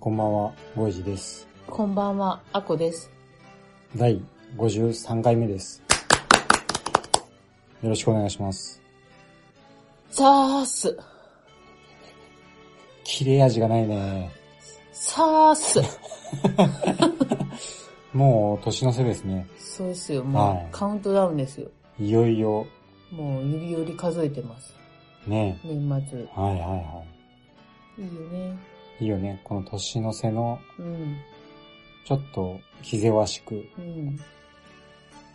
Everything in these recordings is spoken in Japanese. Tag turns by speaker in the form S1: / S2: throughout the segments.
S1: こんばんは、ボイジです。
S2: こんばんはあこです
S1: 第53回目です。よろしくお願いします。
S2: さーす
S1: 切れ味がないね。
S2: さーす
S1: もう年の瀬ですね。
S2: そうですよ
S1: は
S2: も
S1: いう
S2: カウントダウンですよ
S1: いよいよ、
S2: もう指折り数えてます
S1: ね。
S2: 年末
S1: はいはいはい
S2: いよね
S1: い。いいよね。この年の瀬の、
S2: うん
S1: ちょっと気ぜわしく、
S2: うん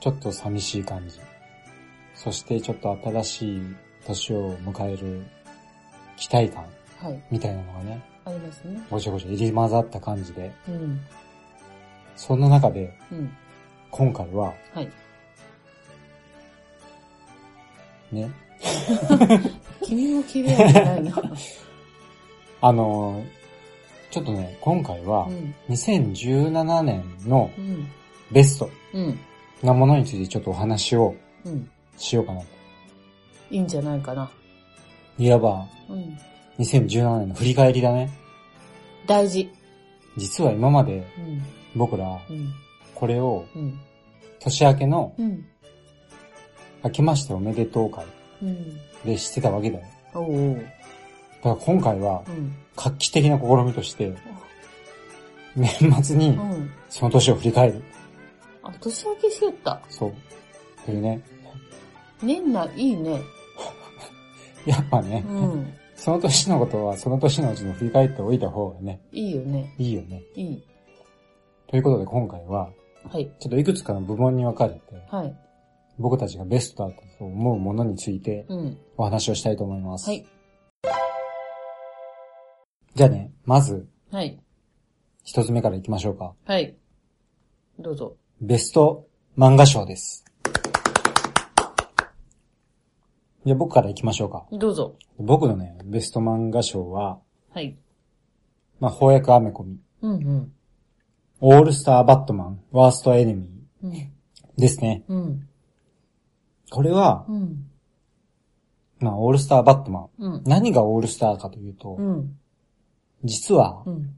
S1: ちょっと寂しい感じ。そしてちょっと新しい年を迎える期待感
S2: はい
S1: みたいなのがね、
S2: ありますね
S1: ごちゃごちゃ入り混ざった感じで、
S2: うん
S1: そんな中で
S2: うん
S1: 今回は
S2: はい
S1: ね、
S2: 君も切れ味ないな
S1: あのー、ちょっとね、今回は
S2: うん
S1: 2017年の
S2: うん
S1: ベスト
S2: うん
S1: なものについてちょっとお話を
S2: うん
S1: しようかなと。
S2: いいんじゃないかな。
S1: いわば
S2: うん。
S1: 2017年の振り返りだね。
S2: 大事。
S1: 実は今まで
S2: うん。
S1: 僕ら
S2: うん。
S1: これを
S2: うん。
S1: 年明けの
S2: うん。
S1: 明けましておめでとう会
S2: うん。
S1: でしてたわけだよ。
S2: おうおう。
S1: だから今回は
S2: うん。
S1: 画期的な試みとして年末に
S2: うん。
S1: その年を振り返る。
S2: あ、年明けしよった。
S1: そう。というね。
S2: 年内いいね。
S1: やっぱね、
S2: うん。
S1: その年のことはその年のうちに振り返っておいた方がね、
S2: いいよね。
S1: いいよね。
S2: いい。
S1: ということで今回は、
S2: はい。
S1: ちょっといくつかの部門に分かれて、
S2: はい。
S1: 僕たちがベストだと思うものについて
S2: うん。
S1: お話をしたいと思います。
S2: はい。
S1: じゃあね、まず、
S2: はい。
S1: 一つ目からいきましょうか。
S2: はい。どうぞ。
S1: ベスト漫画賞です。じゃあ僕からいきましょうか。
S2: どうぞ。
S1: 僕のね、ベスト漫画賞は、
S2: はい。
S1: まあ、翻訳アメコミ、
S2: うんうん。
S1: オールスターバットマン、ワーストエネミ
S2: うん。
S1: ーですね。
S2: うん。
S1: これは
S2: う、ん。
S1: まあ、オールスターバットマン。
S2: うん。
S1: 何がオールスターかというと、
S2: うん。
S1: 実は
S2: う、ん。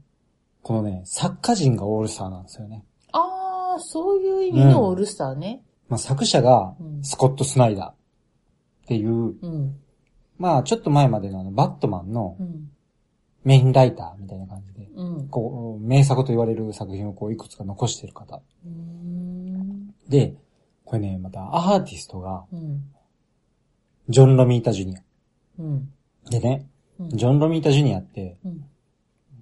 S1: このね、作家人がオールスターなんですよね。
S2: あー、そういう意味のオールスターね。
S1: まあ、作者が
S2: うん
S1: スコット・スナイダーっていう、
S2: うん。
S1: まあちょっと前までのあのバットマンの
S2: うん。
S1: メインライターみたいな感じで、
S2: うん。
S1: こう、名作と言われる作品をこういくつか残してる方。
S2: うん。
S1: で、これね、またアーティストが
S2: うん。
S1: ジョン・ロミータ・ジュニア。
S2: うん。
S1: でね、
S2: うん
S1: ジョン・ロミータ・ジュニアって
S2: うん。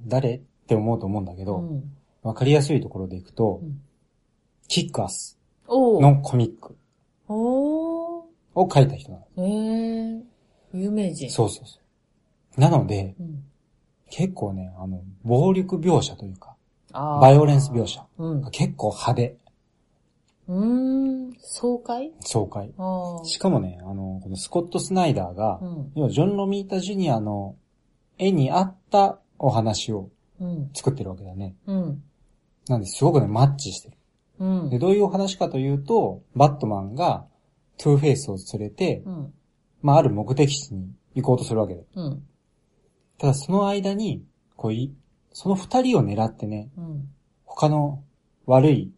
S1: 誰って思うと思うんだけ
S2: う
S1: ど、
S2: ん。
S1: わかりやすいところでいくと
S2: うん、
S1: キックアス
S2: おー。
S1: のコミック
S2: おー。
S1: を書いた人なの。
S2: えー。有名人。
S1: そうそうそう。なので、
S2: うん。
S1: 結構ね、あの、暴力描写というか、
S2: あー
S1: バイオレンス描写
S2: うん。
S1: が
S2: う
S1: 結構派手、
S2: ーん。爽快
S1: 爽快。
S2: あー。
S1: しかもね、あの、このスコット・スナイダーが
S2: う、ん。
S1: 要はジョン・ロミータ・ジュニアの絵に合ったお話を
S2: うん。
S1: 作ってるわけだね。
S2: うん。
S1: なんですごくね、マッチしてる。
S2: うん。
S1: で、どういうお話かというと、バットマンがトゥーフェイスを連れて、
S2: うん。
S1: まあ、ある目的地に行こうとするわけだ。
S2: うん。
S1: ただ、その間に、こうい、その二人を狙ってね、
S2: うん。
S1: 他の悪い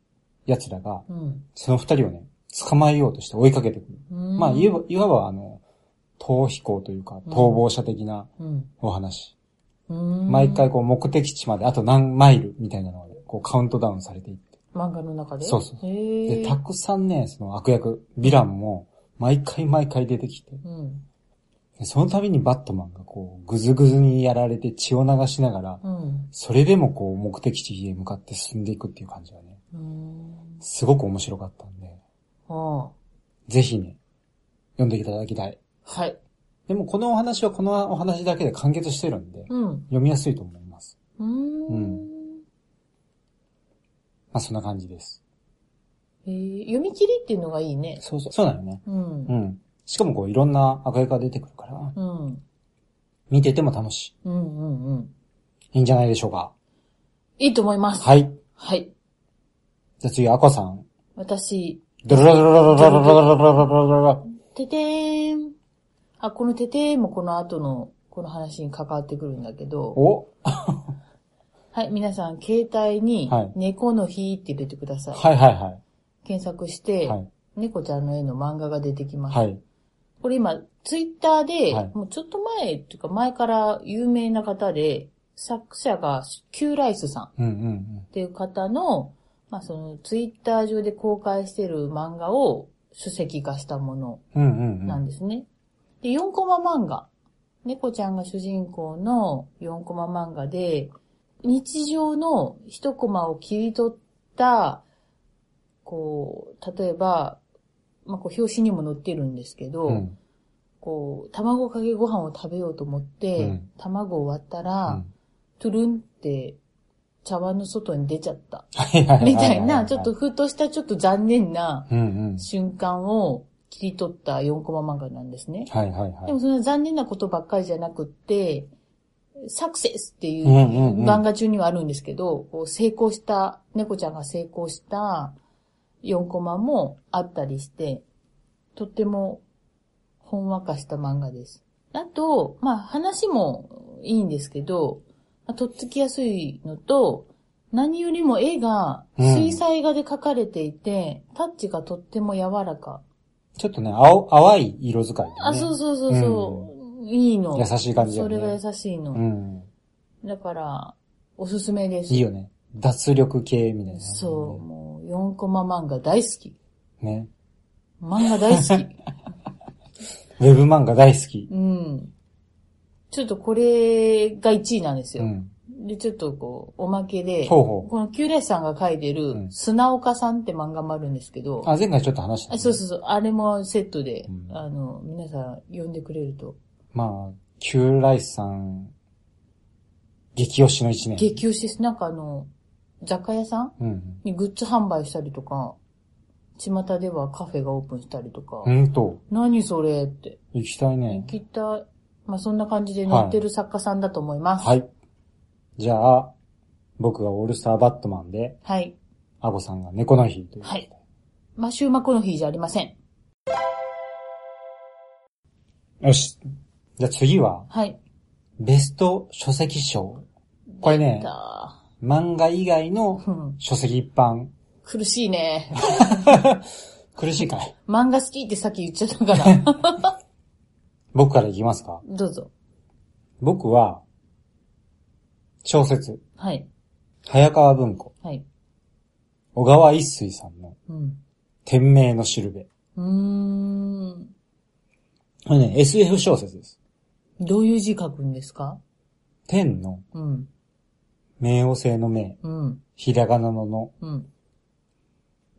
S1: 奴らが、
S2: うん。
S1: その二人をね、捕まえようとして追いかけてくる。まあ、いわば、いわばあの、逃避行というか、
S2: うん
S1: 逃亡者的な
S2: うん。
S1: お話。
S2: うん。
S1: 毎回こう、目的地まであと何マイルみたいなのがね、こう、カウントダウンされていって。
S2: 漫画の中で
S1: そうそう
S2: へ
S1: で、
S2: ー。
S1: たくさんね、その悪役、ヴィランも、毎回毎回出てきて、
S2: うん。
S1: でその度にバットマンがこう、ぐずぐずにやられて血を流しながら、
S2: うん。
S1: それでもこう、目的地へ向かって進んでいくっていう感じがね、
S2: うん。
S1: すごく面白かったんで、
S2: あー。
S1: ぜひね、読んでいただきたい。
S2: はい。
S1: でもこのお話はこのお話だけで完結してるんで、
S2: うん。
S1: 読みやすいと思い
S3: うーん。
S1: うんまあそんな感じです。
S2: えー読み切りっていうのがいいね。
S1: そうそう、そうなのね。
S2: うん
S1: う。ん。しかもこういろんな赤いが出てくるから、
S2: うん。
S1: 見てても楽し
S2: うんうんうん。
S1: い。いいんじゃないでしょうか。
S2: いいと思います。
S1: はい。
S2: はい。
S1: じゃあ次、アコさん。
S2: 私、
S1: ドロロロロロロロロロロロロロ
S2: ててーん。あ、このててーんもこの後の、この話に関わってくるんだけど。
S1: お
S2: はい、皆さん、携帯に
S1: はい、
S2: 猫の日って入れてください。
S1: はいはいは
S2: 検索し
S1: い。
S2: て、
S1: はい。
S2: 猫ちゃんの絵の漫画が出てきます。
S1: はい。
S2: これ今、ツイッターで、
S1: はい
S2: もうちょっと前っていうか前から有名な方で、作者が Q ライスさんっ
S1: うんうんうん。
S2: ていう方の、まあそのツイッター上で公開してる漫画を書籍化したもの
S1: うんうんうん。
S2: なんですね。で、4コマ漫画。猫ちゃんが主人公の4コマ漫画で、日常の1コマを切り取った、こう、例えば、まあ、こう、表紙にも載ってるんですけど、
S1: うん。
S2: こう、卵かけご飯を食べようと思って、
S1: うん
S2: 卵を割った
S1: う
S2: ら、
S1: ん
S2: トゥルンって茶碗の外に出ちゃった。
S1: はいはいはは
S2: みたいな、ちょっと、ふとしたちょっと残念な
S1: うんうん。
S2: 瞬間を切り取った4コマ漫画なんですね。
S1: はいはいはい。
S2: でもその残念なことばっかりじゃなくって、サクセスっていう
S1: うんうんうん
S2: 漫画中にはあるんですけど、こう成功した、猫ちゃんが成功した4コマもあったりして、とってもほんわかした漫画です。あと、まあ話もいいんですけど、まあとっつきやすいのと、何よりも絵が
S1: うん
S2: 水彩画で描かれていて、タッチがとっても柔らか。
S1: ちょっとね、青、淡い色使いでね。
S2: あ、そうそうそうそう。いいの。
S1: 優しい感じだ
S2: そ
S1: よね。
S2: れが優しいの。
S1: うん。
S2: だから、おすすめです。
S1: いいよね。脱力系みたいな。
S2: そう、もう、4コマ漫画大好き。
S1: う。ね。
S2: 漫画大好 き。
S1: ウェブ漫画大好き。
S2: うん。ちょっとこれが1位なんです
S1: う
S2: よ。
S1: ん。
S2: で、ちょっとこう、おまけで、
S1: ほうほう
S2: このキュレイさんが書いて
S1: う
S2: る、
S1: ん
S2: 砂岡さんって漫画もあるんですけど、
S1: あ、前回ちょっと話した、
S2: あそうそうそう、あれもセットで、
S1: うん
S2: あの、皆さん呼んでくれると、
S1: まあ、キューライスさん、激推しの一年。
S2: 激推しです。なんかあの、雑貨屋さん
S1: うん。
S2: にグッズ販売したりとか、巷ではカフェがオープンしたりとか、
S1: うんと、
S2: 何それって、
S1: 行きた
S2: 行
S1: いね。
S2: きたい。まあ、そんな感じで載ってる作家さんだと思います。
S1: はい。じゃあ、僕がオールスターバットマンで、
S2: はい。
S1: アゴさんが猫の日という。
S2: はい。マシューマコの日じゃありません。
S1: よし。じゃあ次は、
S2: はい。
S1: ベスト書籍賞。これね、
S2: だ
S1: 漫画以外の
S2: うん
S1: 書籍一般。
S2: 苦しいね。
S1: 苦しいかい
S2: 漫画好きってさっき言っちゃった から。
S1: 僕からいきますか
S2: どうぞ。
S1: 僕は、小説、
S2: はい。
S1: 早川文庫、
S2: はい。
S1: 小川一水さんの、
S2: うん。
S1: 天命のしるべ。
S2: うーん。
S1: これね、SF 小説です。
S2: どういう字書くんですか
S1: 天の、
S2: うん。
S1: 冥王星の冥、
S2: うん。
S1: ひらがなのの、
S2: うん。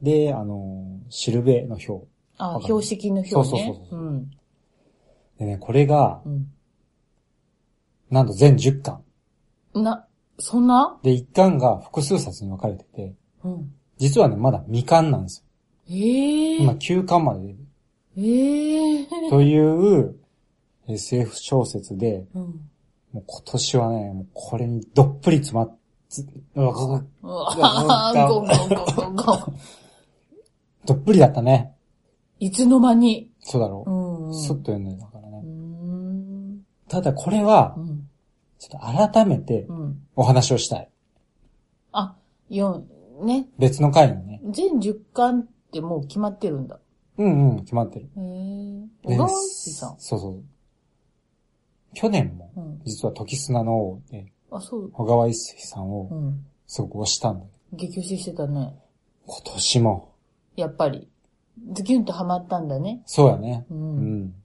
S1: で、あのー、しるべの表。
S2: あ、
S1: わかる
S2: 標識の表ね。
S1: そうそうそうそう
S2: うん。
S1: でね、これが、
S2: う
S1: なんと全10巻。
S2: ん。な、そんな
S1: で、1巻が複数冊に分かれてて、
S2: うん。
S1: 実はね、まだ未巻なんですよ。
S2: ええ
S1: 今9巻まで出てる
S2: え え
S1: という SF 小説で、
S2: うん。
S1: もう今年はね、もうこれにどっぷり詰まっ、つうわご
S2: うわぁ、ゴンゴンゴンゴンゴン。
S1: どっぷりだったね。
S2: いつの間に。
S1: そうだろ
S2: ん
S1: う。
S2: う
S1: すっと読んでたから
S2: ー
S1: ね。
S2: ん。
S1: ただこれは
S2: う、ん。
S1: ちょっと改めて
S2: うん。
S1: お話をしたい。
S2: あ、四ね。
S1: 別の回にね。
S2: 全10巻ってもう決まってるんだ。
S1: うんうん、決まってる。
S2: へぇー。
S1: で
S2: 小川一さん。
S1: そうそう。去年も、
S2: うん。
S1: 実は時砂の王で、
S2: あ、そう。
S1: 小川一水さん
S2: う
S1: を
S2: ん。
S1: すごく推したんだけど、
S2: 激推ししてたね。
S1: 今年も、
S2: やっぱり。ズキュンとハマったんだね。
S1: そうやね。
S2: う。
S1: うんん。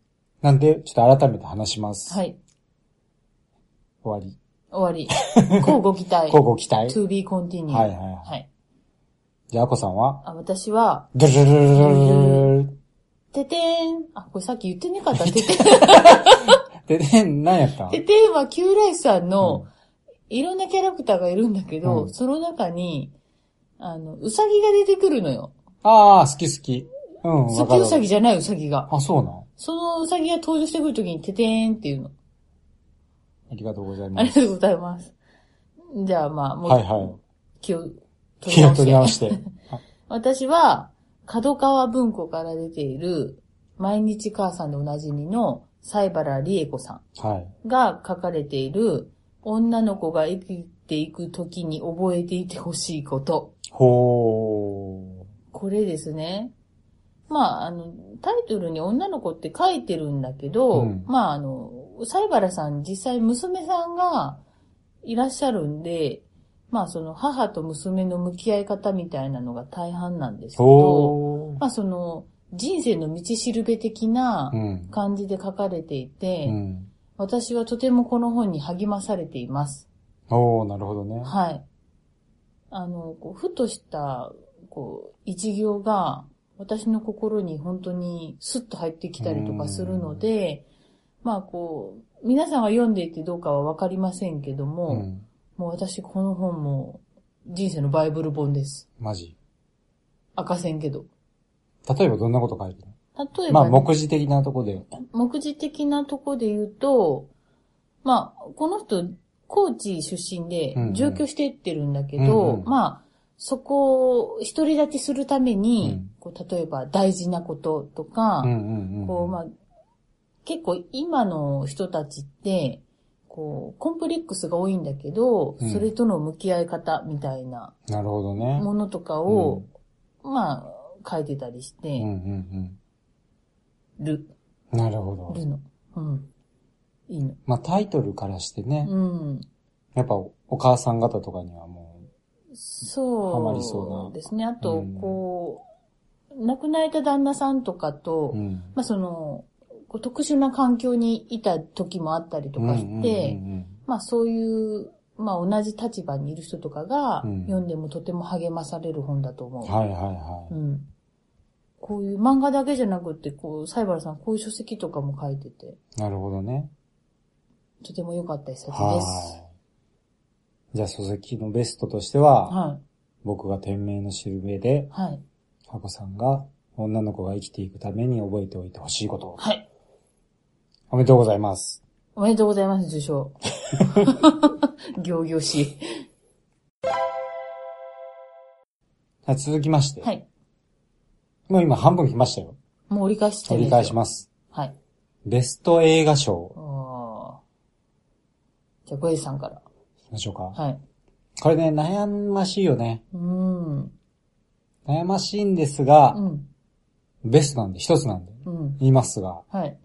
S1: なんで、ちょっと改めて話します。
S2: はい。
S1: 終わり。
S2: 終わり。こうご期待。
S1: 交互期待。
S2: to be continued.
S1: はいはいはい
S2: はい。
S1: じゃあ、アコさんは
S2: あ、私は、
S1: ドゥルルルルルルル
S2: ててーん。あ、これさっき言ってな かった。ててーん。
S1: で、で、何やった
S2: ててーんは、キューライさんの、いろんなキャラクターがいるんだけど、
S1: うん
S2: その中に、あの、うさぎが出てくるのよ。
S1: ああ、好き好き。うん、わか
S2: 月
S1: る
S2: う。さぎじゃないウサギが。
S1: あ、そうなん。
S2: そのウサギが登場してくるときに、ててーんっていうの。
S1: ありがとうござい
S2: あ
S1: ま
S2: りが
S1: す。
S2: とうございます。じゃあまあ、もう、
S1: はいはい。
S2: 気を取り
S1: 気を
S2: 直して。
S1: 取り直して。あ
S2: 私は、角川文庫から出ている、毎日母さんでおなじみの、西原理恵子さ
S1: はい。
S2: んが書かれている、女の子が生きていくときに覚えていてほしいこと。
S1: ほ
S2: これですね。まあ、あの、タイトルに女の子って書いてるんだけど、
S1: うん
S2: まあ、あの、西原さん実際娘さんがいらっしゃるんで、まあ、その母と娘の向き合い方みたいなのが大半なんです
S1: ー。
S2: けど、
S1: ほ
S2: まあ、その、人生の道しるべ的な
S1: ー。うん。
S2: 感じで書かれていて、
S1: うん。
S2: 私はとてもこの本に励まされています。
S1: おー、なるほどね。
S2: はい。あの、こうふとした、こう、一行が、私の心に本当にスッと入ってきたりとかするので、まあこう、皆さんが読んでいてどうかはわかりませんけど
S1: う
S2: も、
S1: ん。
S2: もう私この本も人生のバイブル本です。
S1: マジ。
S2: 赤線けど。
S1: 例えばどんなこと書いてる
S2: 例えばね、
S1: まあ、目次的なとこで。
S2: 目次的なとこで言うと、まあ、この人、高知出身で
S1: うんうん
S2: 上京してってるんだけど、
S1: うんうん
S2: まあ、そこを独り立ちするために、
S1: うん
S2: こう例えば大事なこととか、
S1: うんうんうん。
S2: こうまあ、結構今の人たちって、こう、コンプレックスが多いんだけど、
S1: うん
S2: それとの向き合い方みたいな
S1: なるほどね。
S2: ものとかを、まあ、書いてたりし
S1: うんう
S2: て
S1: ん
S2: る、
S1: うん。なるほど。
S2: るの。うん。いいの。
S1: まあ、タイトルからしてね、
S2: うん。
S1: やっぱお母さん方とかにはも
S2: そう。
S1: ハマりそうな
S2: ですね。あと
S1: うん、
S2: こう、亡くなられた旦那さんとかと、
S1: う、うん。
S2: まあその、こう特殊な環境にいた時もあったりとかして、
S1: うんうん
S2: まあそういう、まあ同じ立場にいる人とかが、
S1: うん
S2: 読んでもとても励まされる本だと思
S1: うん
S2: う。
S1: うんはいはいは
S2: うん。こういう漫画だけじゃなくって、こう、サイバルさん、こういう書籍とかも書いてて、
S1: い。なるほどね。
S2: とても良かった一冊です。
S1: はい。じゃあ、書籍のベストとしては、
S2: はい。
S1: 僕が天命のしるべで、
S2: はい。
S1: ハコさんが女の子が生きていくために覚えておいてほしいこと。
S2: はい。
S1: おめでとうございます。
S2: おめでとうございます、受 賞。行々しい。
S1: はい続きまして、
S2: はい。
S1: もう今半分来ましたよ。
S2: もう折り返して
S1: 折り返し
S2: す
S1: ます。
S2: よ。はい。
S1: ベスト映画賞
S2: あ、ーじゃあ、ゴエさんから。
S1: 行きましょうか。
S2: はい。
S1: これね、悩ましいよね。
S2: うーん。
S1: 悩ましいんですが、
S2: うん。
S1: ベストなんで、一つなんで、
S2: うん。
S1: 言いますが、
S2: はい。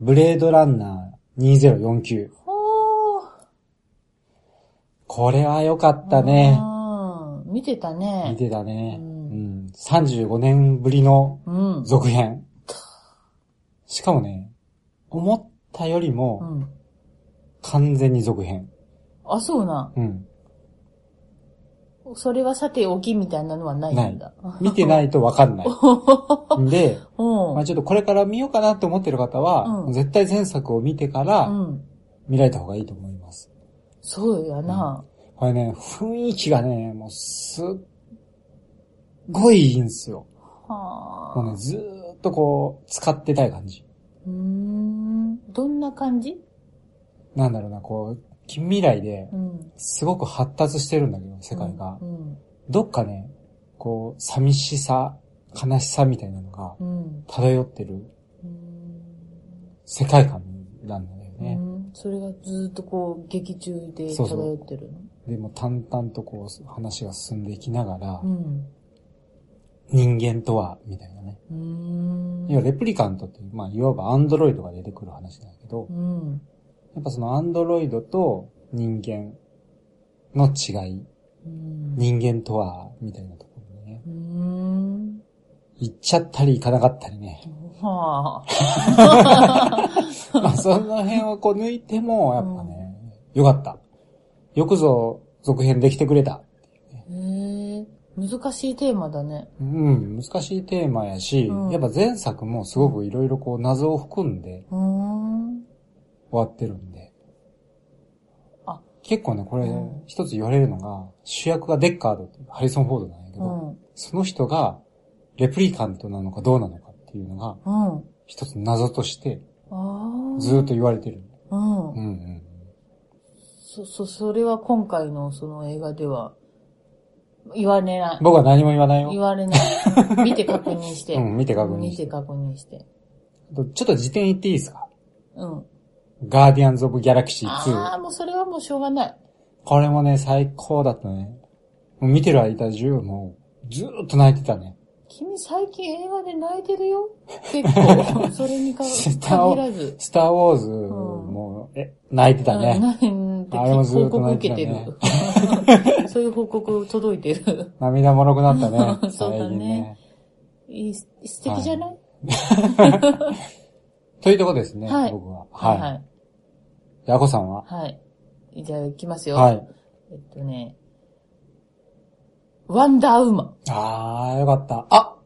S1: ブレードランナー2049。
S2: おー。
S1: これは良かったね。
S2: うん。見てたね。
S1: 見てたね、
S2: う
S1: うんん35年ぶりの
S2: うん。
S1: 続編。しかもね、思ったより
S2: う
S1: も
S2: ん。
S1: 完全に続編。
S2: あ、そうな。
S1: うん。
S2: それはさておきみたいなのはないんだ。
S1: 見てないとわかんない。 んで、
S2: うん。
S1: まあちょっとこれから見ようかなって思ってる方は、
S2: うん
S1: 絶対前作を見てか
S2: う
S1: ら
S2: ん。
S1: 見られた方がいいと思います。
S2: そうやな。
S1: これね、雰囲気がね、もうすっごいいいんですよ。もう
S2: は
S1: ね、ずーっとこう、使ってたい感じ。
S2: ーうーん。どんな感じ
S1: なんだろうな、こう、近未来で
S2: う、ん。
S1: すごく発達してるんだけど、世界が
S2: う。ん。
S1: どっかね、こう、寂しさ、悲しさみたいなのが
S2: うん。
S1: 漂ってる
S2: うん。
S1: 世界観なんだよね。
S2: うん、それがずーっとこう、劇中で
S1: そうそう
S2: 漂ってるの
S1: でも淡々とこう、話が進んでいきながら、
S2: うん。
S1: 人間とは、みたいなね。
S2: うーん。
S1: 要はレプリカントっていう、まあ、いわばアンドロイドが出てくる話なんだけど、
S2: うん。
S1: やっぱそのアンドロイドと人間の違い、
S2: うん。
S1: 人間とは、みたいなところでね、
S2: うーん。
S1: 行っちゃったり行かなかったりね。
S2: はあ。
S1: まあ、その辺をこう抜いても、やっぱね、よかった。よくぞ続編できてくれた。
S2: へえ。難しいテーマだね。
S1: うん、難しいテーマやし、
S2: うん
S1: やっぱ前作もすごくいろいろこう謎を含んで
S2: うーん。
S1: 終わってるんで。
S2: あ、
S1: 結構ね、これ
S2: うん、
S1: 一つ言われるのが、主役がデッカードっていうハリソン・フォードなんやけ
S2: う
S1: ど、
S2: ん。
S1: その人が、レプリカントなのかどうなのかっていうのが、
S2: うん。
S1: 一つ謎として、
S2: ああ。
S1: ずーっと言われてる。
S2: うん
S1: うん。うん。
S2: そ、そ、それは今回のその映画では、言われない。
S1: 僕は何も言わない
S2: 言
S1: よ。
S2: われ ない。見て確認して。
S1: うん見て確認
S2: 見
S1: して
S2: て確認して。
S1: あとちょっと辞典言っていいですか
S2: うん。
S1: ガーディアンズ・オブ・ギャラクシー
S2: ああ、
S1: 2。
S2: もうそれはもうしょうがない。
S1: これもね、最高だったね。もう見てる間中、もう、ずーっと泣いてたね。
S2: 君最近映画で泣いてる よ結構。それにか
S1: 下を
S2: 限らず。
S1: スター・ウォーズ
S2: ん
S1: も、え、泣いてたね。
S2: うん、
S1: あれも
S2: なんて
S1: ずっ
S2: 報
S1: と
S2: 告
S1: 泣い
S2: 受
S1: て
S2: け
S1: た
S2: てる
S1: ね。
S2: そういう報告届いてる。
S1: 涙もろくなったね。
S2: そうだね
S1: 最近
S2: いい、素敵じゃない、
S1: というとこですね、
S2: はい
S1: 僕は。
S2: はい、
S1: は。
S2: はいい
S1: で、アコさんは
S2: はい。じゃあ行きますよ。
S1: はい。
S2: えっとね、ワンダーウーマン。
S1: あー、よかった。あ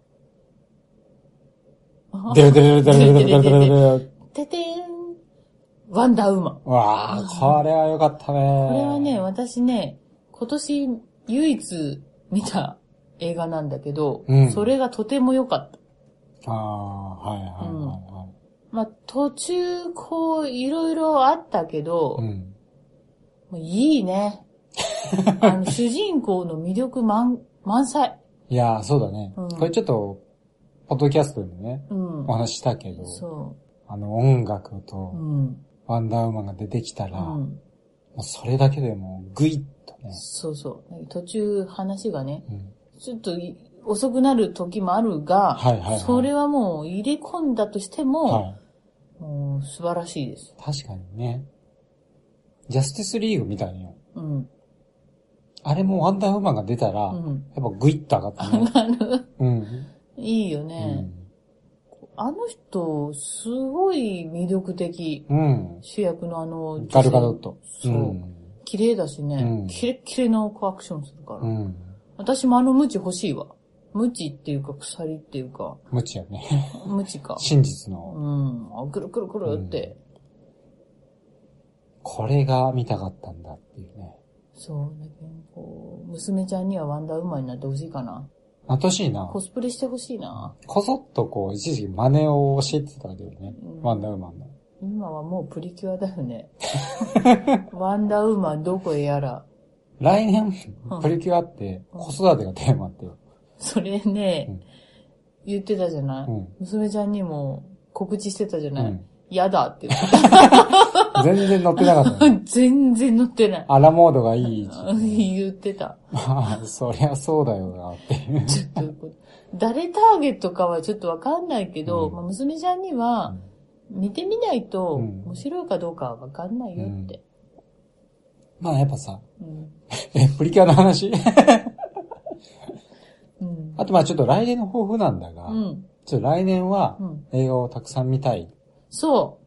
S2: あ
S1: でるでるでるでるでるでるでる。
S2: ててーん。ワンダーウーマン。
S1: わー、これはよかったね。
S2: これはね、、私ね、今年唯一見た映画なんだけど、
S1: うん
S2: それがとても良かった。
S1: あー、はいはいは
S2: まあ、途中、こう、いろいろあったけど、
S1: いはい。うん。
S2: もういい ね。あの、主人公の魅力満、満載。
S1: いやー、そうだね。
S2: うん
S1: これちょっと、ポッドキャストでもね、
S2: うん
S1: お。話ししたけど、
S2: そ
S1: あの、音楽
S2: う。う
S1: と、
S2: ん。
S1: ワンダーウーマンが出てきた
S2: う
S1: ら、も
S2: ん。
S1: うそれだけでもう、ぐいっとね、
S2: そうそう。途中話がね、
S1: うん
S2: ちょっとい遅くなる時もあるが、
S1: はいはいはい
S2: それはもう入れ込んだとしても、
S1: はい。
S2: もう素晴らしいです。
S1: 確かにね。ジャスティスリーグみたいによ。
S2: うん。
S1: あれもワンダーウーマンが出たら、
S2: う
S1: やっ
S2: ん。
S1: ぱグイッと上が ったね。うん。
S2: いいよ
S1: う
S2: ね。
S1: ん。
S2: あの人、すごい魅力的。
S1: うん。
S2: 主役のあの、
S1: ガルガドット。
S2: そう綺麗だし
S1: う
S2: ね
S1: ん。
S2: キレッキレの子アクションするから。
S1: うん。うん。
S2: 私もあのムチ欲しいわ。ムチっていうか鎖っていうか、
S1: 無知やね。
S2: ムチか。
S1: 真実
S2: う
S1: の。
S2: ん。あくるくるくるって。
S1: これが見たかったんだっていうね。
S2: そう。だけど、こう、娘ちゃんにはワンダーウーマンになってほしいかな。
S1: あとしいな
S2: コ。スプレしてほしいな。
S1: こそっとこう、一時期真似を教えてたけどね
S2: う。ん
S1: ワンダーウーマンの。
S2: 今はもうプリキュアだよ ね。ワンダーウーマンどこへやら。
S1: 来年
S2: う、ん
S1: プリキュアって、子育てがテーマって。
S2: それね、
S1: うん
S2: 言ってたじゃない、
S1: うん
S2: 娘ちゃんにも告知してたじゃ
S1: う
S2: ない、
S1: ん。
S2: やだって言って
S1: 全然乗ってなかった
S2: た
S1: ね。。
S2: 全然乗ってない。
S1: アラモードがいい位置。
S2: 言ってた。
S1: まあ、そりゃそうだよな、っていう。
S2: ちょっと、誰ターゲットかはちょっとわかんないけど、
S1: うん
S2: まあ、娘ちゃんには、見てみないと、
S1: うん
S2: 面白いかどうかはわかんないよって。
S1: まあ、やっぱさ、
S2: うん。
S1: え、プリキュアの話
S2: うん。
S1: あとまあちょっと来年の抱負なんだが、
S2: うん。
S1: ちょっと来年は
S2: うん
S1: 映画をたくさん見たい。
S2: そ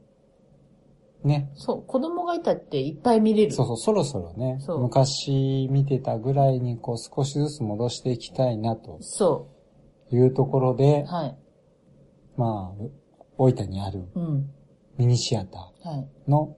S2: う。
S1: ね。
S2: そう。子供がいたっていっぱい見れる。
S1: そうそう、そろそろね
S2: そ、う
S1: 昔見てたぐらいにこう少しずつ戻していきたいなと
S2: そ
S1: いうところで
S2: う。、はい。
S1: まあ、う大分にある
S2: うん。
S1: ミニシアタ
S2: はい。
S1: ーの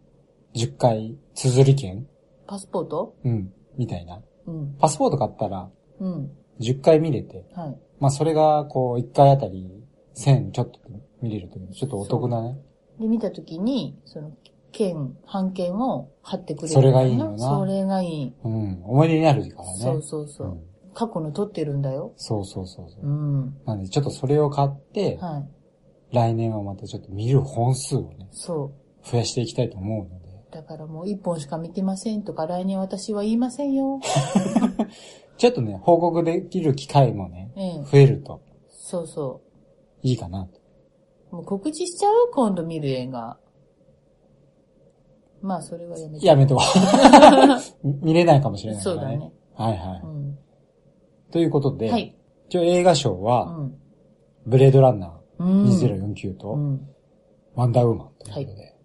S1: 10階綴り券
S2: パスポート
S1: うん、みたいな。
S2: うん。
S1: パスポート買ったら
S2: うん。
S1: 10回見れて、
S2: はい。
S1: まあそれがこう1回あたり1000ちょっと見れるという、ちょっとお得なね。
S2: で、見たときに、その、券、半券を貼ってくれる。
S1: それがいいよな
S2: それがいい。
S1: うん、思い出になるからね。
S2: そうそうそうう。
S1: ん
S2: 過去の撮ってるんだよ。
S1: そうそうそうそ
S2: う
S1: う。
S2: ん。
S1: なんで、ちょっとそれを買って、
S2: はい。
S1: 来年はまたちょっと見る本数をね、
S2: そう。
S1: 増やしていきたいと思うので。
S2: だからもう一本しか見てませんとか、来年私は言いませんよ。
S1: ちょっとね、報告できる機会もね、
S2: ええ、
S1: 増えると
S2: そうそ
S1: いいかなと。
S2: う。もう告知しちゃう今度見る映画。まあ、それはやめて。
S1: やめとこ う見れないかもしれないか
S2: そう
S1: ら
S2: だ
S1: ね。
S2: ね。
S1: はいは
S2: うん。
S1: い。ということで、
S2: はい。
S1: 一応映画賞
S2: う
S1: は、
S2: ん。
S1: ブレードランナ
S2: うん。
S1: ー2049
S2: う
S1: と、
S2: ん。
S1: ワンダーウーマンということで、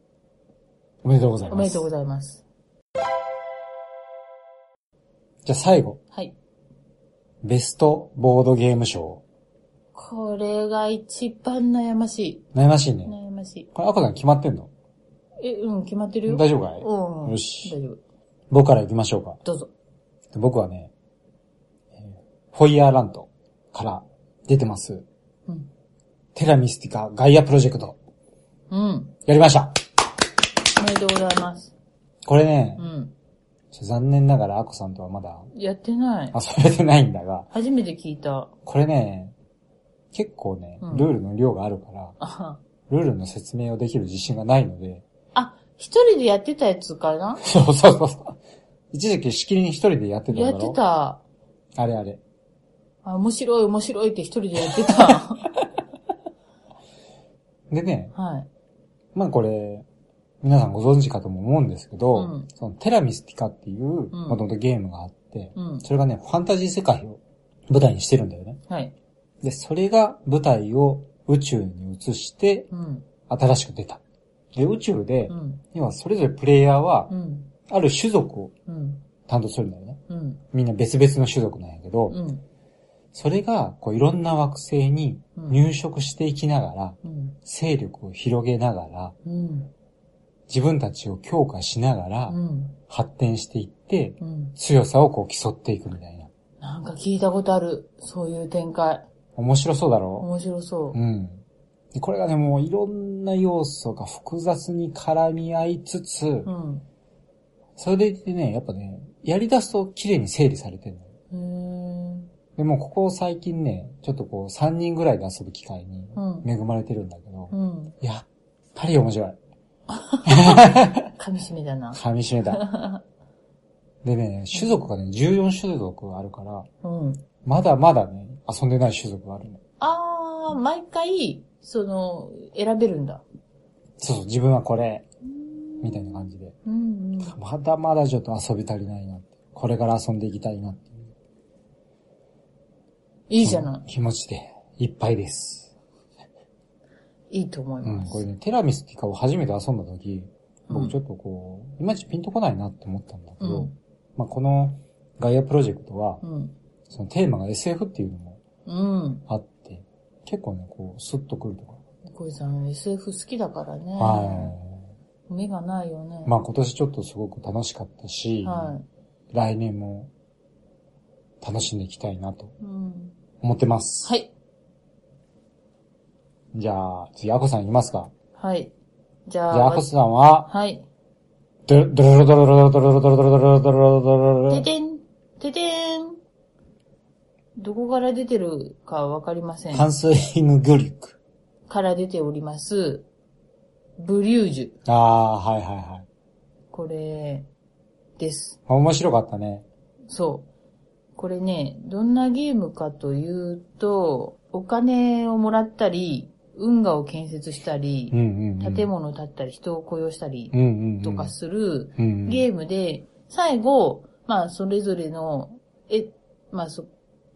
S1: おめでとうございます。
S2: おめでとうございます。
S1: じゃあ最後、
S2: はい。
S1: ベストボードゲーム賞。
S2: これが一番悩まし
S1: 悩ましいね。
S2: い。悩ましい。
S1: これ、アコさん決まってんの
S2: え、うん、決まってるよ。
S1: 大丈夫かい
S2: うん。
S1: よし
S2: 大丈夫。
S1: 僕から行きましょうか。
S2: どうぞ。
S1: で僕はね、えーフォイヤーランドから出てます。
S2: うん。
S1: テラミスティカガイアプロジェクト。
S2: うん。
S1: やりました
S2: おめでとうございます。
S1: これね
S2: う、ん。
S1: ちょ残念ながらアコさんとはまだ
S2: やってない。
S1: 遊べてないんだが、
S2: 初めて聞いた。
S1: これね、結構ね
S2: う、ん
S1: ルールの量があるから、
S2: あは
S1: ルールの説明をできる自信がないので、
S2: あ、一人でやってたやつかな
S1: そうそうそうそう。一時期しきりに一人でやってただ
S2: や
S1: ろ
S2: ってた。
S1: あれあれ。
S2: あ、面白い面白いって一人でやってた。 は
S1: でね、
S2: い。
S1: まあこれ、皆さんご存知かとも思うんですけど、
S2: うん
S1: そのテラミスティカっていう、もともとゲームがあって、
S2: うん。
S1: それがね、ファンタジー世界を舞台にしてるんだよね。
S2: はい。
S1: で、それが舞台を宇宙に移して、
S2: うん。
S1: 新しく出た。で、宇宙で、
S2: うん。
S1: 要はそれぞれプレイヤーは
S2: う、ん。
S1: ある種族を
S2: うん。
S1: 担当するんだよね。
S2: うん。
S1: みんな別々の種族なんやけど、
S2: うん。
S1: それが、こういろんな惑星に入植していきながら、
S2: うん。
S1: 勢力を広げながら、
S2: うん。
S1: 自分たちを強化しながら
S2: う、ん。
S1: 発展していって、
S2: うん。
S1: 強さをこう競っていくみたいな。
S2: なんか聞いたことある。そういう展開。
S1: 面白そうだろ
S2: 面白そう
S1: う。ん。でこれがね、もういろんな要素が複雑に絡み合いつつ、
S2: う。うん。
S1: それでいてね、やっぱね、やり出すと綺麗に整理されてるの。
S2: うーん。
S1: でもうここ最近ね、ちょっとこう3人ぐらいで遊ぶ機会に
S2: うん
S1: 恵まれてるんだけど、
S2: うん。
S1: やっぱり面白い。
S2: 噛み締めだな。
S1: 噛み締めた。でね、種族がね、14種族あるから、
S2: うん。
S1: まだまだね、遊んでない種族があるの。
S2: あー、毎回、その、選べるんだ。
S1: そうそう、自分はこれ、みたいな感じで。
S2: うん。うん。
S1: まだまだちょっと遊び足りないなって。これから遊んでいきたいなっていう。
S2: いいじゃない。
S1: 気持ちでいっぱいです。
S2: いいと思いうま
S1: ん、
S2: す。
S1: これね、テラミスティカを初めて遊んだ時、
S2: う
S1: 僕
S2: ん
S1: ちょっとこう、いまいちピンとこないなって思ったんだけど、
S2: うん
S1: まあこのガイアプロジェクトは
S2: う、ん。
S1: そのテーマが SF っていうのも
S2: うん。
S1: あって、結構ね、こう、スッとくるとか。
S2: 小井さん SF 好きだからね。。
S1: はい
S2: 目がないよね
S1: い。。まあ今年ちょっとすごく楽しかったし、
S2: は
S1: 来年も楽しんでいきたいなと
S2: い。うん。
S1: 思ってます。
S2: はい。
S1: じゃあ、次、アコさんいきますか。
S2: はい。じ
S1: じ
S2: ゃあ、
S1: ゃあ、アコさんは、
S2: はい。
S1: ドロドロドロドロドロドロドロドロドロドロド
S2: て
S1: ロ
S2: てん、ててん。どこから出てるかわかりません。
S1: ハンスイング・グリュク。
S2: から出ております、ブリュージュ。
S1: ああ、はいはいはい。
S2: これ、です。
S1: 面白かったね。
S2: そう。これね、どんなゲームかというと、お金をもらったり、運河を建設したり
S1: うん、うん、うん。
S2: 建物を建ったり、人を雇用したり
S1: うんうんうん。
S2: とかする
S1: うんうん、
S2: ゲームで、最後、まあ、それぞれの、え、まあ、そ、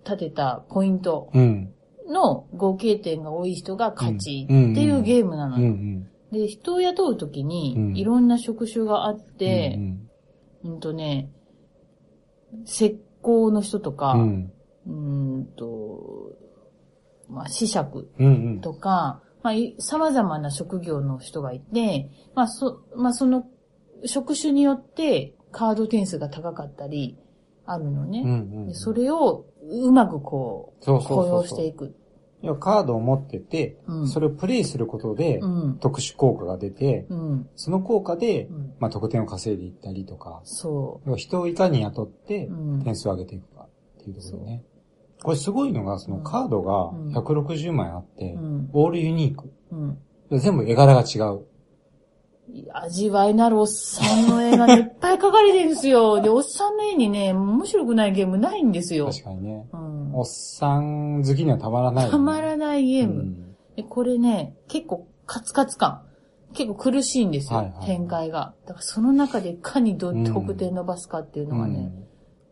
S2: 建てたポイント
S1: うん。
S2: の合計点が多い人が勝ちって
S1: うん
S2: いうゲームな
S1: うん
S2: の
S1: う
S2: よ。
S1: ん。
S2: で、人を雇うとき
S1: うん
S2: に、いろんな職種があっ
S1: う
S2: て、
S1: ん
S2: うんとね、石膏の人とか、
S1: うん、う。
S2: うんーんと、まあ、死尺
S1: うんうん。
S2: とか、まあ、い様々な職業の人がいて、まあ、そ、まあ、その、職種によってカード点数が高かったり、あるの
S1: うんう
S2: ね。
S1: んう
S2: で
S1: ん。
S2: それをうまくこう、
S1: そうそうそうそう
S2: 雇用していく。
S1: 要はカードを持ってて、
S2: うん
S1: それをプレイすることで、
S2: うん。
S1: 特殊効果が出て、
S2: うん。
S1: その効果で、
S2: うん
S1: まあ、得点を稼いでいったりとか、
S2: そ
S1: 要は人をいかに雇って
S2: う。うん。
S1: 点数を上げていくかっていうところね。これすごいのが、そのカード
S2: うん
S1: が160枚あって、
S2: うん。
S1: オールユニーク。
S2: うん。
S1: 全部絵柄が違う。
S2: 味わいのあるおっさんの絵がねいっぱい描かれてるんですよ。で、おっさんの絵にね、面白くないゲームないんですよ。
S1: 確かにね。
S2: うん、
S1: おっさん好きにはたまらないよね、
S2: たまらないゲーム、
S1: うん
S2: でこれね、結構カツカツ感。結構苦しいんですよ、
S1: はいはいはい
S2: 展開が。だからその中でいかにどうやって得点伸ばすかっていうのが
S1: う
S2: ね、
S1: ん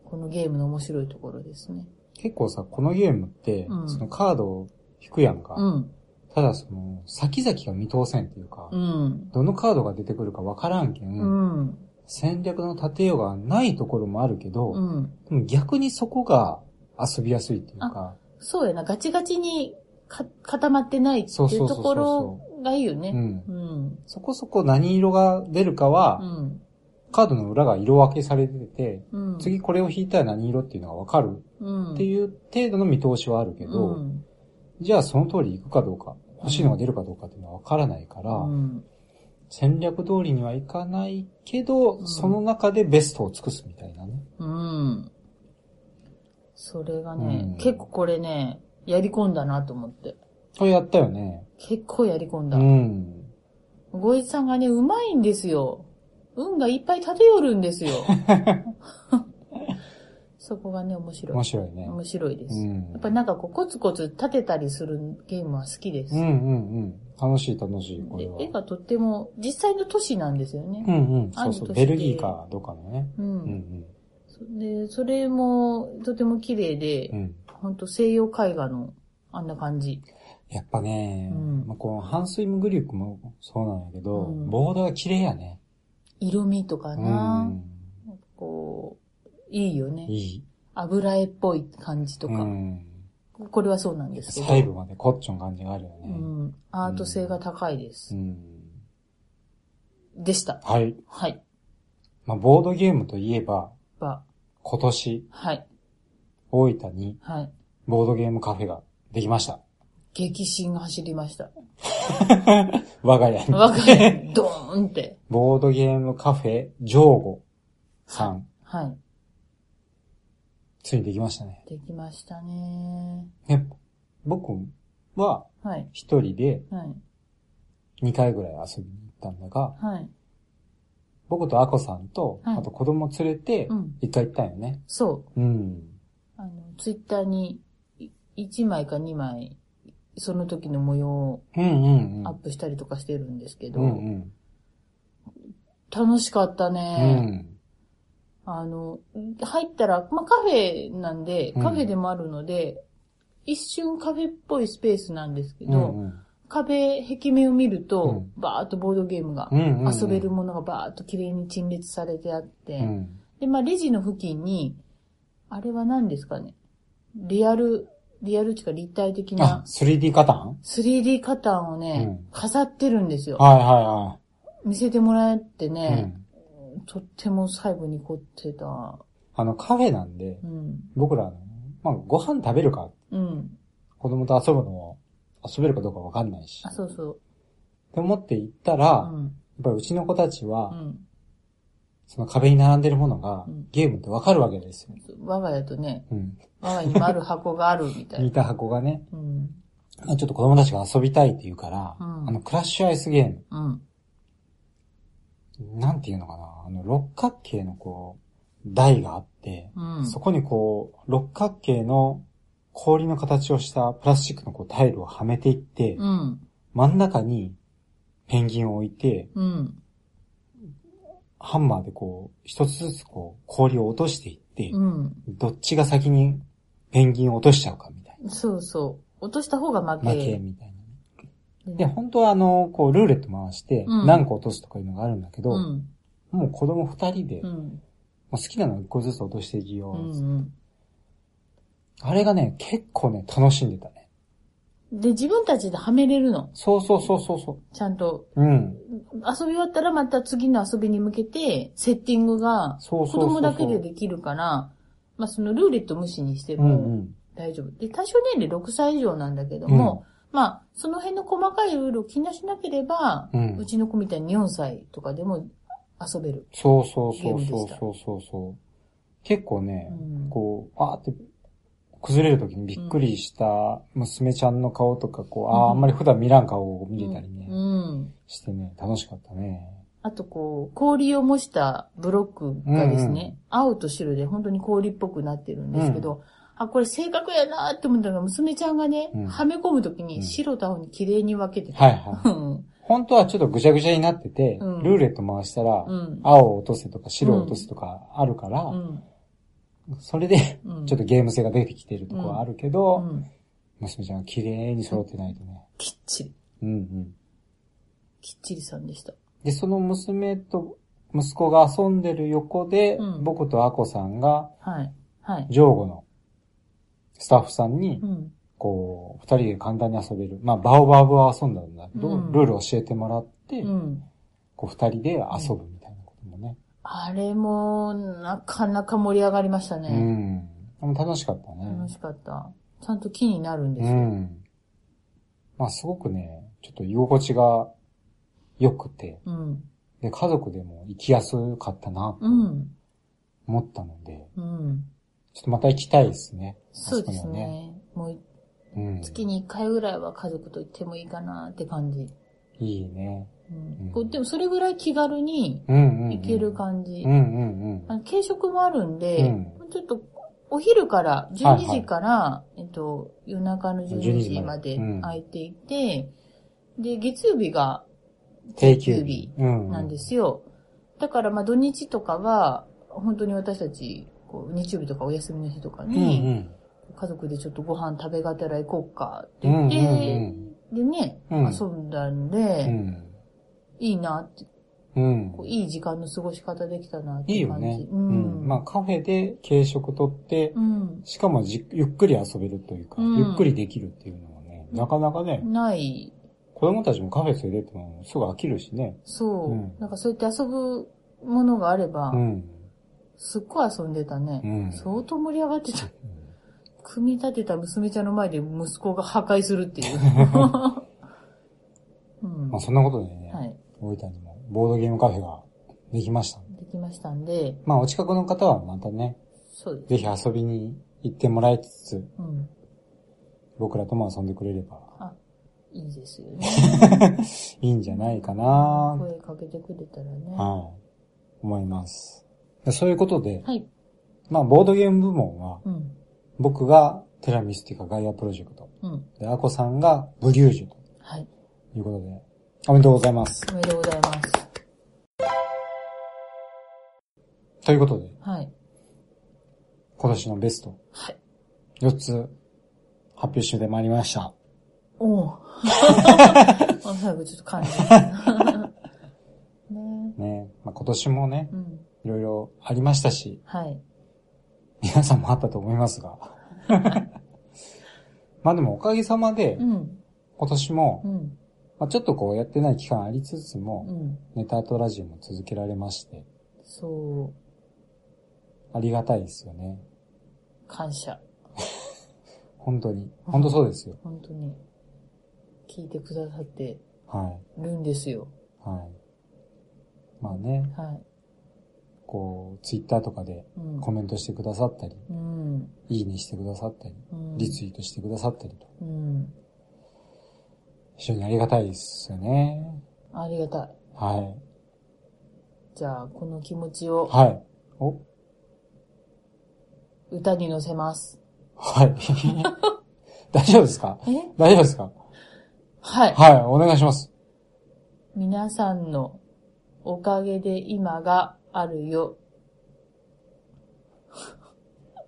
S2: このゲームの面白いところですね。
S1: 結構さ、このゲームって、
S2: うん
S1: そのカードを引くやんか。
S2: うん。
S1: ただその、先々が見通せんっていうか、
S2: うん。
S1: どのカードが出てくるかわからんけん、
S2: うん。
S1: 戦略の立てようがないところもあるけど、
S2: うん。
S1: でも逆にそこが遊びやすいっていうか、
S2: そうやな、ガチガチにか固まってないって
S1: そう
S2: い
S1: そううそう
S2: と
S1: そう
S2: ころがいいよね。
S1: うん
S2: うん。
S1: そこそこ何色が出るかは
S2: う、ん。
S1: 必カードの裏が色分けされてて、
S2: うん。
S1: 次これを引いたら何色っていうのがわかる
S2: うん、
S1: っていう程度の見通しはあるけど、
S2: うん
S1: じゃあその通り行くかどうか、欲しいのが出るかどうかっていうのはわからないから、
S2: うん
S1: 戦略通りにはいかないけど、
S2: うん
S1: その中でベストを尽くすみたいなね。
S2: うん。それがね、
S1: うん
S2: 結構これね、やり込んだなと思って。
S1: これやったよね。
S2: 結構やり込んだ
S1: う。ん。
S2: ごいさんがね、うまいんですよ。運がいっぱい漂るん ですよ。そこがね、面白い。
S1: 面白いね。
S2: 面白いで
S1: う
S2: す。
S1: ん。
S2: やっぱりなんかこう、コツコツ立てたりするゲームは好きです。
S1: うんうんうん。楽しい楽しい、これは。
S2: で絵がとっても、実際の都市なんですよね
S1: う。んうん。そ
S2: 案
S1: う
S2: に
S1: そ
S2: と
S1: う。
S2: して
S1: ベルギーかどっかのね。
S2: う
S1: うん
S2: ん。
S1: うん。
S2: で、それも、とても綺麗で
S1: う、ん。
S2: ほんと西洋絵画の、あんな感じ。
S1: やっぱね、
S2: うん
S1: まあ、このハンスイムグリュックもそうなんやけど、
S2: うん
S1: ボードが綺麗やね。
S2: 色味とか
S1: う
S2: な、
S1: ん。
S2: こう、いいよね。
S1: いい。
S2: 油絵っぽい感じと
S1: う
S2: か。
S1: ん。
S2: これはそうなんですけど。
S1: 細部までこっちょん感じがあるよ
S2: う
S1: ね。
S2: ん。アート性が高いです
S1: う。ん。
S2: でした。
S1: はい。
S2: はい。
S1: まあ、ボードゲームといえば、
S2: ば、
S1: 今年、
S2: はい。
S1: 大分に
S2: はい。
S1: ボードゲームカフェができました。
S2: 激震が走りま した。
S1: 我が家に。
S2: わかる。ドーンって。
S1: ボードゲームカフェ、ジョーゴさん、
S2: はい。
S1: ついにできましたね。
S2: できましたね。
S1: ね僕は
S2: はい。
S1: 一人で
S2: はい。
S1: 2回ぐらい遊びに行ったんだが、
S2: はい。
S1: 僕とアコさんと、
S2: はい
S1: あと子供連れて
S2: うん、
S1: 一回行ったんよね。
S2: そ
S1: うん。
S2: う。あの、ツイッターに、1枚か2枚、その時の模様を
S1: うんうんうん。
S2: アップしたりとかしてるんですけど、
S1: うんうん。
S2: 楽しかった
S1: う
S2: ね。
S1: ん。
S2: あの、入ったら、まあ、カフェなんで、
S1: うん
S2: カフェでもあるので、一瞬カフェっぽいスペースなんですけ
S1: う
S2: ど、
S1: んうん。
S2: 壁、壁面を見ると、
S1: う
S2: バーっとボードゲームが、
S1: うんうんうん
S2: 遊べるものがバーっと綺麗に陳列されてあって、
S1: うん。
S2: で、まあ、レジの付近に、あれは何ですかね、リアル、リアルっていうか立体的
S1: あ
S2: な、、
S1: 3D カタン
S2: 3D カタンをね、
S1: うん
S2: 飾ってるんですよ。
S1: はいは
S2: 見せてもらえて
S1: いはい。う
S2: ね、
S1: ん。
S2: とっても細部に凝ってた。
S1: あの、カフェなんで、
S2: うん。
S1: 僕ら、まあ、ご飯食べるか、
S2: うん。
S1: 子供と遊ぶのも、遊べるかどうかわかんないし。
S2: あ、
S1: っ
S2: そうそう。
S1: て思って行ったら、
S2: う
S1: やっ
S2: ん。
S1: ぱりうちの子たちは、
S2: うん。
S1: その壁に並んでるものが
S2: うん、
S1: ゲームってわかるわけですよ。
S2: 我が家とね、
S1: うん。
S2: 我が家に丸箱があるみたい
S1: 似
S2: な。
S1: た箱がね、
S2: うん。
S1: まあちょっと子供たちが遊びたいって言うから、
S2: うん
S1: あの、クラッシュアイスゲーム。
S2: うん。
S1: なんていうのかなあの、六角形のこう、台があって、
S2: うん。
S1: そこにこう、六角形の氷の形をしたプラスチックのこうタイルをはめていって、
S2: うん。
S1: 真ん中にペンギンを置いて、
S2: うん。
S1: ハンマーでこう、一つずつこう、氷を落としていって、
S2: うん。
S1: どっちが先にペンギンを落としちゃうかみたい
S2: そうそう。落とした方が負
S1: な。負け
S2: け。
S1: みたいな。
S2: 負
S1: で、本当はあの、こう、ルーレット回して、
S2: うん
S1: 何個落とすとかいうのがあるんだけど、
S2: うん。
S1: もう子供二人で、
S2: う
S1: も
S2: ん。
S1: う好きなの一個ずつ落としていきよ
S2: う
S1: う、
S2: ん。
S1: あれがね、結構ね、楽しんでたね。
S2: で、自分たちではめれるの。
S1: そうそうそうそうそ
S2: ちゃんと。
S1: う。うん。
S2: 遊び終わったらまた次の遊びに向けて、セッティングが
S1: そう
S2: 子
S1: そうそうそ
S2: 供
S1: う。
S2: だけでできるから、まあそのルーレット無視にして
S1: うんう
S2: も
S1: ん。
S2: 大丈夫。で、対象年齢6歳以上なんだけども、まあ、その辺の細かいルールを気にしなければ、
S1: う
S2: うんちの子みたいに4歳とかでも遊べる。
S1: そうそう
S2: ゲ
S1: そ
S2: ー
S1: う
S2: ムで
S1: そう
S2: した
S1: そうそうそう。結構ね、
S2: うん
S1: こう、あーって、崩れるときにびっくりした娘ちゃんの顔とか、こう、あ
S2: うん
S1: あ、あんまり普段見らん顔を見れたりね、
S2: うん。
S1: してね、楽しかったね。
S2: あとこう、氷を模したブロックがですね、青と白で本当に氷っぽくなってるんですけど、あ、これ正確やなーって思ったのが娘ちゃんがね、
S1: うん
S2: はめ込むとき
S1: うん
S2: に白と青に綺麗に分けてた。
S1: はいはい。
S2: うん。
S1: 本当はちょっとぐちゃぐちゃになってて、
S2: うん
S1: ルーレット回したら、
S2: うん。
S1: 青を落とせとか白を落とせとかあるから、
S2: うん。
S1: それで
S2: うん
S1: ちょっとゲーム性が出てきてるとこはあるけ
S2: う
S1: ど、
S2: ん。
S1: 娘ちゃんが綺麗に揃ってないとね。
S2: きっちり。
S1: うんうん。
S2: きっちりさんでした。
S1: で、その娘と息子が遊んでる横で、
S2: うん
S1: 僕とアコさんが、
S2: はい。はい。
S1: ジョーゴのスタッフさんに
S2: う、ん。
S1: こう、二人で簡単に遊べる。まあ、バオバブは遊んだんだけど、
S2: うん
S1: ルールを教えてもらって、
S2: うん。
S1: こう、二人で遊ぶみたいなこともね。
S2: あれも、なかなか盛り上がりました
S1: う
S2: ね。
S1: ん。でも楽しかった
S2: 楽
S1: ね。
S2: しかった。ちゃんと木になるんです
S1: う
S2: よ。
S1: ん。まあすごくね、ちょっと居心地が良くて、
S2: うん。
S1: で、家族でも行きやすかったな、
S2: う
S1: と
S2: ん。
S1: 思ったので、
S2: うん。
S1: ちょっとまた行きたいですね。
S2: そうで
S1: あ
S2: す
S1: こには。
S2: ね。もう
S1: うん。
S2: 月に1回ぐらいは家族と行ってもいいかなって感じ。
S1: いいね。
S2: うん
S1: うん
S2: こうでもそれぐらい気軽に
S1: うんうん、うん。
S2: 行ける感じ。
S1: うんうんう
S2: あ
S1: ん。
S2: の軽食もあるんで、
S1: う
S2: ちょっとお昼から、
S1: はい
S2: 12時から、えっと、夜中の12
S1: 12時
S2: 時ま
S1: まで
S2: で空いていて、で、月曜日が
S1: 定
S2: 休
S1: 休
S2: 日
S1: 日。うん。
S2: なんですよ。だから、まあ、土日とかは、本当に私たち、こう、日曜日とかお休みの日とか
S1: うんう
S2: に、
S1: ん。
S2: 家族でちょっとご飯食べがてら行こうかって
S1: うんう
S2: 言
S1: ん
S2: って、
S1: うん。
S2: でね、
S1: うん
S2: 遊んだんで、
S1: うん。
S2: いいなって、
S1: うん
S2: こう。いい時間の過ごし方できたなって
S1: いい
S2: いう
S1: よ
S2: 感じ。
S1: ね。
S2: う。
S1: うんん。まあカフェで軽食とって、
S2: うん。
S1: しかもじゆっくり遊べるというか、
S2: うん
S1: ゆっくりできるっていうのはね、なかなかね、
S2: ない、
S1: 子供たちもカフェ連れてってもすぐ飽きるしね。
S2: そう、
S1: うん
S2: なんかそうやって遊ぶものがあれば、
S1: うん。
S2: すっごい遊んでたね、
S1: うん
S2: 相当盛り上がってた。組み立てた娘ちゃんの前で息子が破壊するって いう。うん
S1: まあそんなことでね、
S2: はい。
S1: 大分にもボードゲームカフェができました。
S2: できましたんで、
S1: まあお近くの方はまたね、
S2: そうです。
S1: ぜひ遊びに行ってもらいつつ、
S2: うん。
S1: 僕らとも遊んでくれれば
S2: いいですよね。
S1: いいんじゃないかな
S2: 声かけてくれたらね。は
S1: はい。思います。でそういうことで、
S2: い。
S1: まあボードゲーム部門は、
S2: うん。
S1: 僕がテラミスティカガイアプロジェクト、
S2: うん。
S1: で、アコさんがブリュージュと
S2: はい。
S1: いうことで、おめでとうございます。
S2: おめでとうございます。
S1: ということで、
S2: はい。
S1: 今年のベスト、
S2: はい。
S1: 4つ発表してまいりました。
S2: お う。あ最後ちょっと感じ。ね
S1: ね、まあ、今年もね、
S2: うん。
S1: いろいろありましたし、
S2: はい。
S1: 皆さんもあったと思いますが。 まあでもおかげさまで
S2: う、ん。
S1: 今年
S2: う
S1: も、
S2: ん。
S1: まあ、ちょっとこうやってない期間ありつつ
S2: う
S1: も、
S2: ん。
S1: ネタとラジオも続けられまして、
S2: そう。
S1: ありがたいですよね。
S2: 感謝。
S1: 本当に。本当そうですよ。
S2: 本当に。聞いてくださって
S1: は
S2: るんですよ。
S1: い。はい。まあね、
S2: は
S1: こう、ツイッターとかで
S2: い。うん。
S1: コメントしてくださったり、
S2: うん。
S1: いいねしてくださったり、
S2: うん。
S1: リツイートしてくださったりと、
S2: うん。
S1: 非常にありがたいですよね。
S2: ありがたい。
S1: はい。
S2: じゃあ、この気持ちを
S1: はい。お
S2: 歌に乗せます。
S1: はい。 大丈夫ですか
S2: え
S1: 大丈夫ですか
S2: はい。
S1: はい、お願いします。
S2: 皆さんのおかげで今があるよ。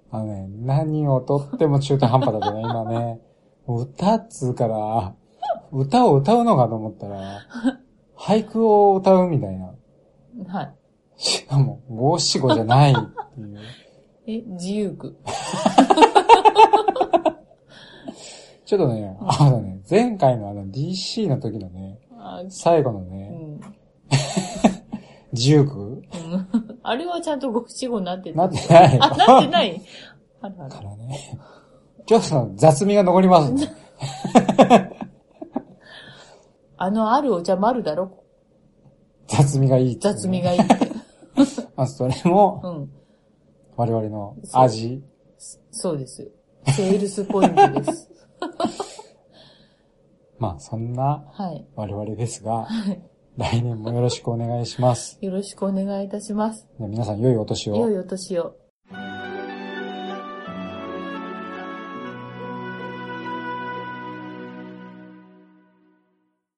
S1: あのね、何をとっても中途半端だった ね、今ね。歌っつうから、歌を歌うのかと思ったら、俳句を歌うみたいな。
S2: は
S1: しかも、五七五じゃないっていう。
S2: い。え、自由句。
S1: ちょっとね、あのね、前回のあの DC の時のね、
S2: あ
S1: 最後の
S2: う
S1: ね、
S2: ん。
S1: 自由句
S2: あれはちゃんと 五七五になってた。
S1: なってないよ。
S2: あ、なってないあるある
S1: か。らね。ちょっとその雑味が残りますね。
S2: あの、あるお茶もあるだろ
S1: 雑味がいいっていうね、
S2: 雑味がいいって。
S1: まあ、それも、
S2: うん。
S1: 我々の味。
S2: そうです。セールスポイントです。
S1: まあ、そんな
S2: はい。
S1: 我々ですが、来年もよろしくお願いします。
S2: よろしくお願いいたします。
S1: で皆さん、良いお年を。
S2: 良いお年を。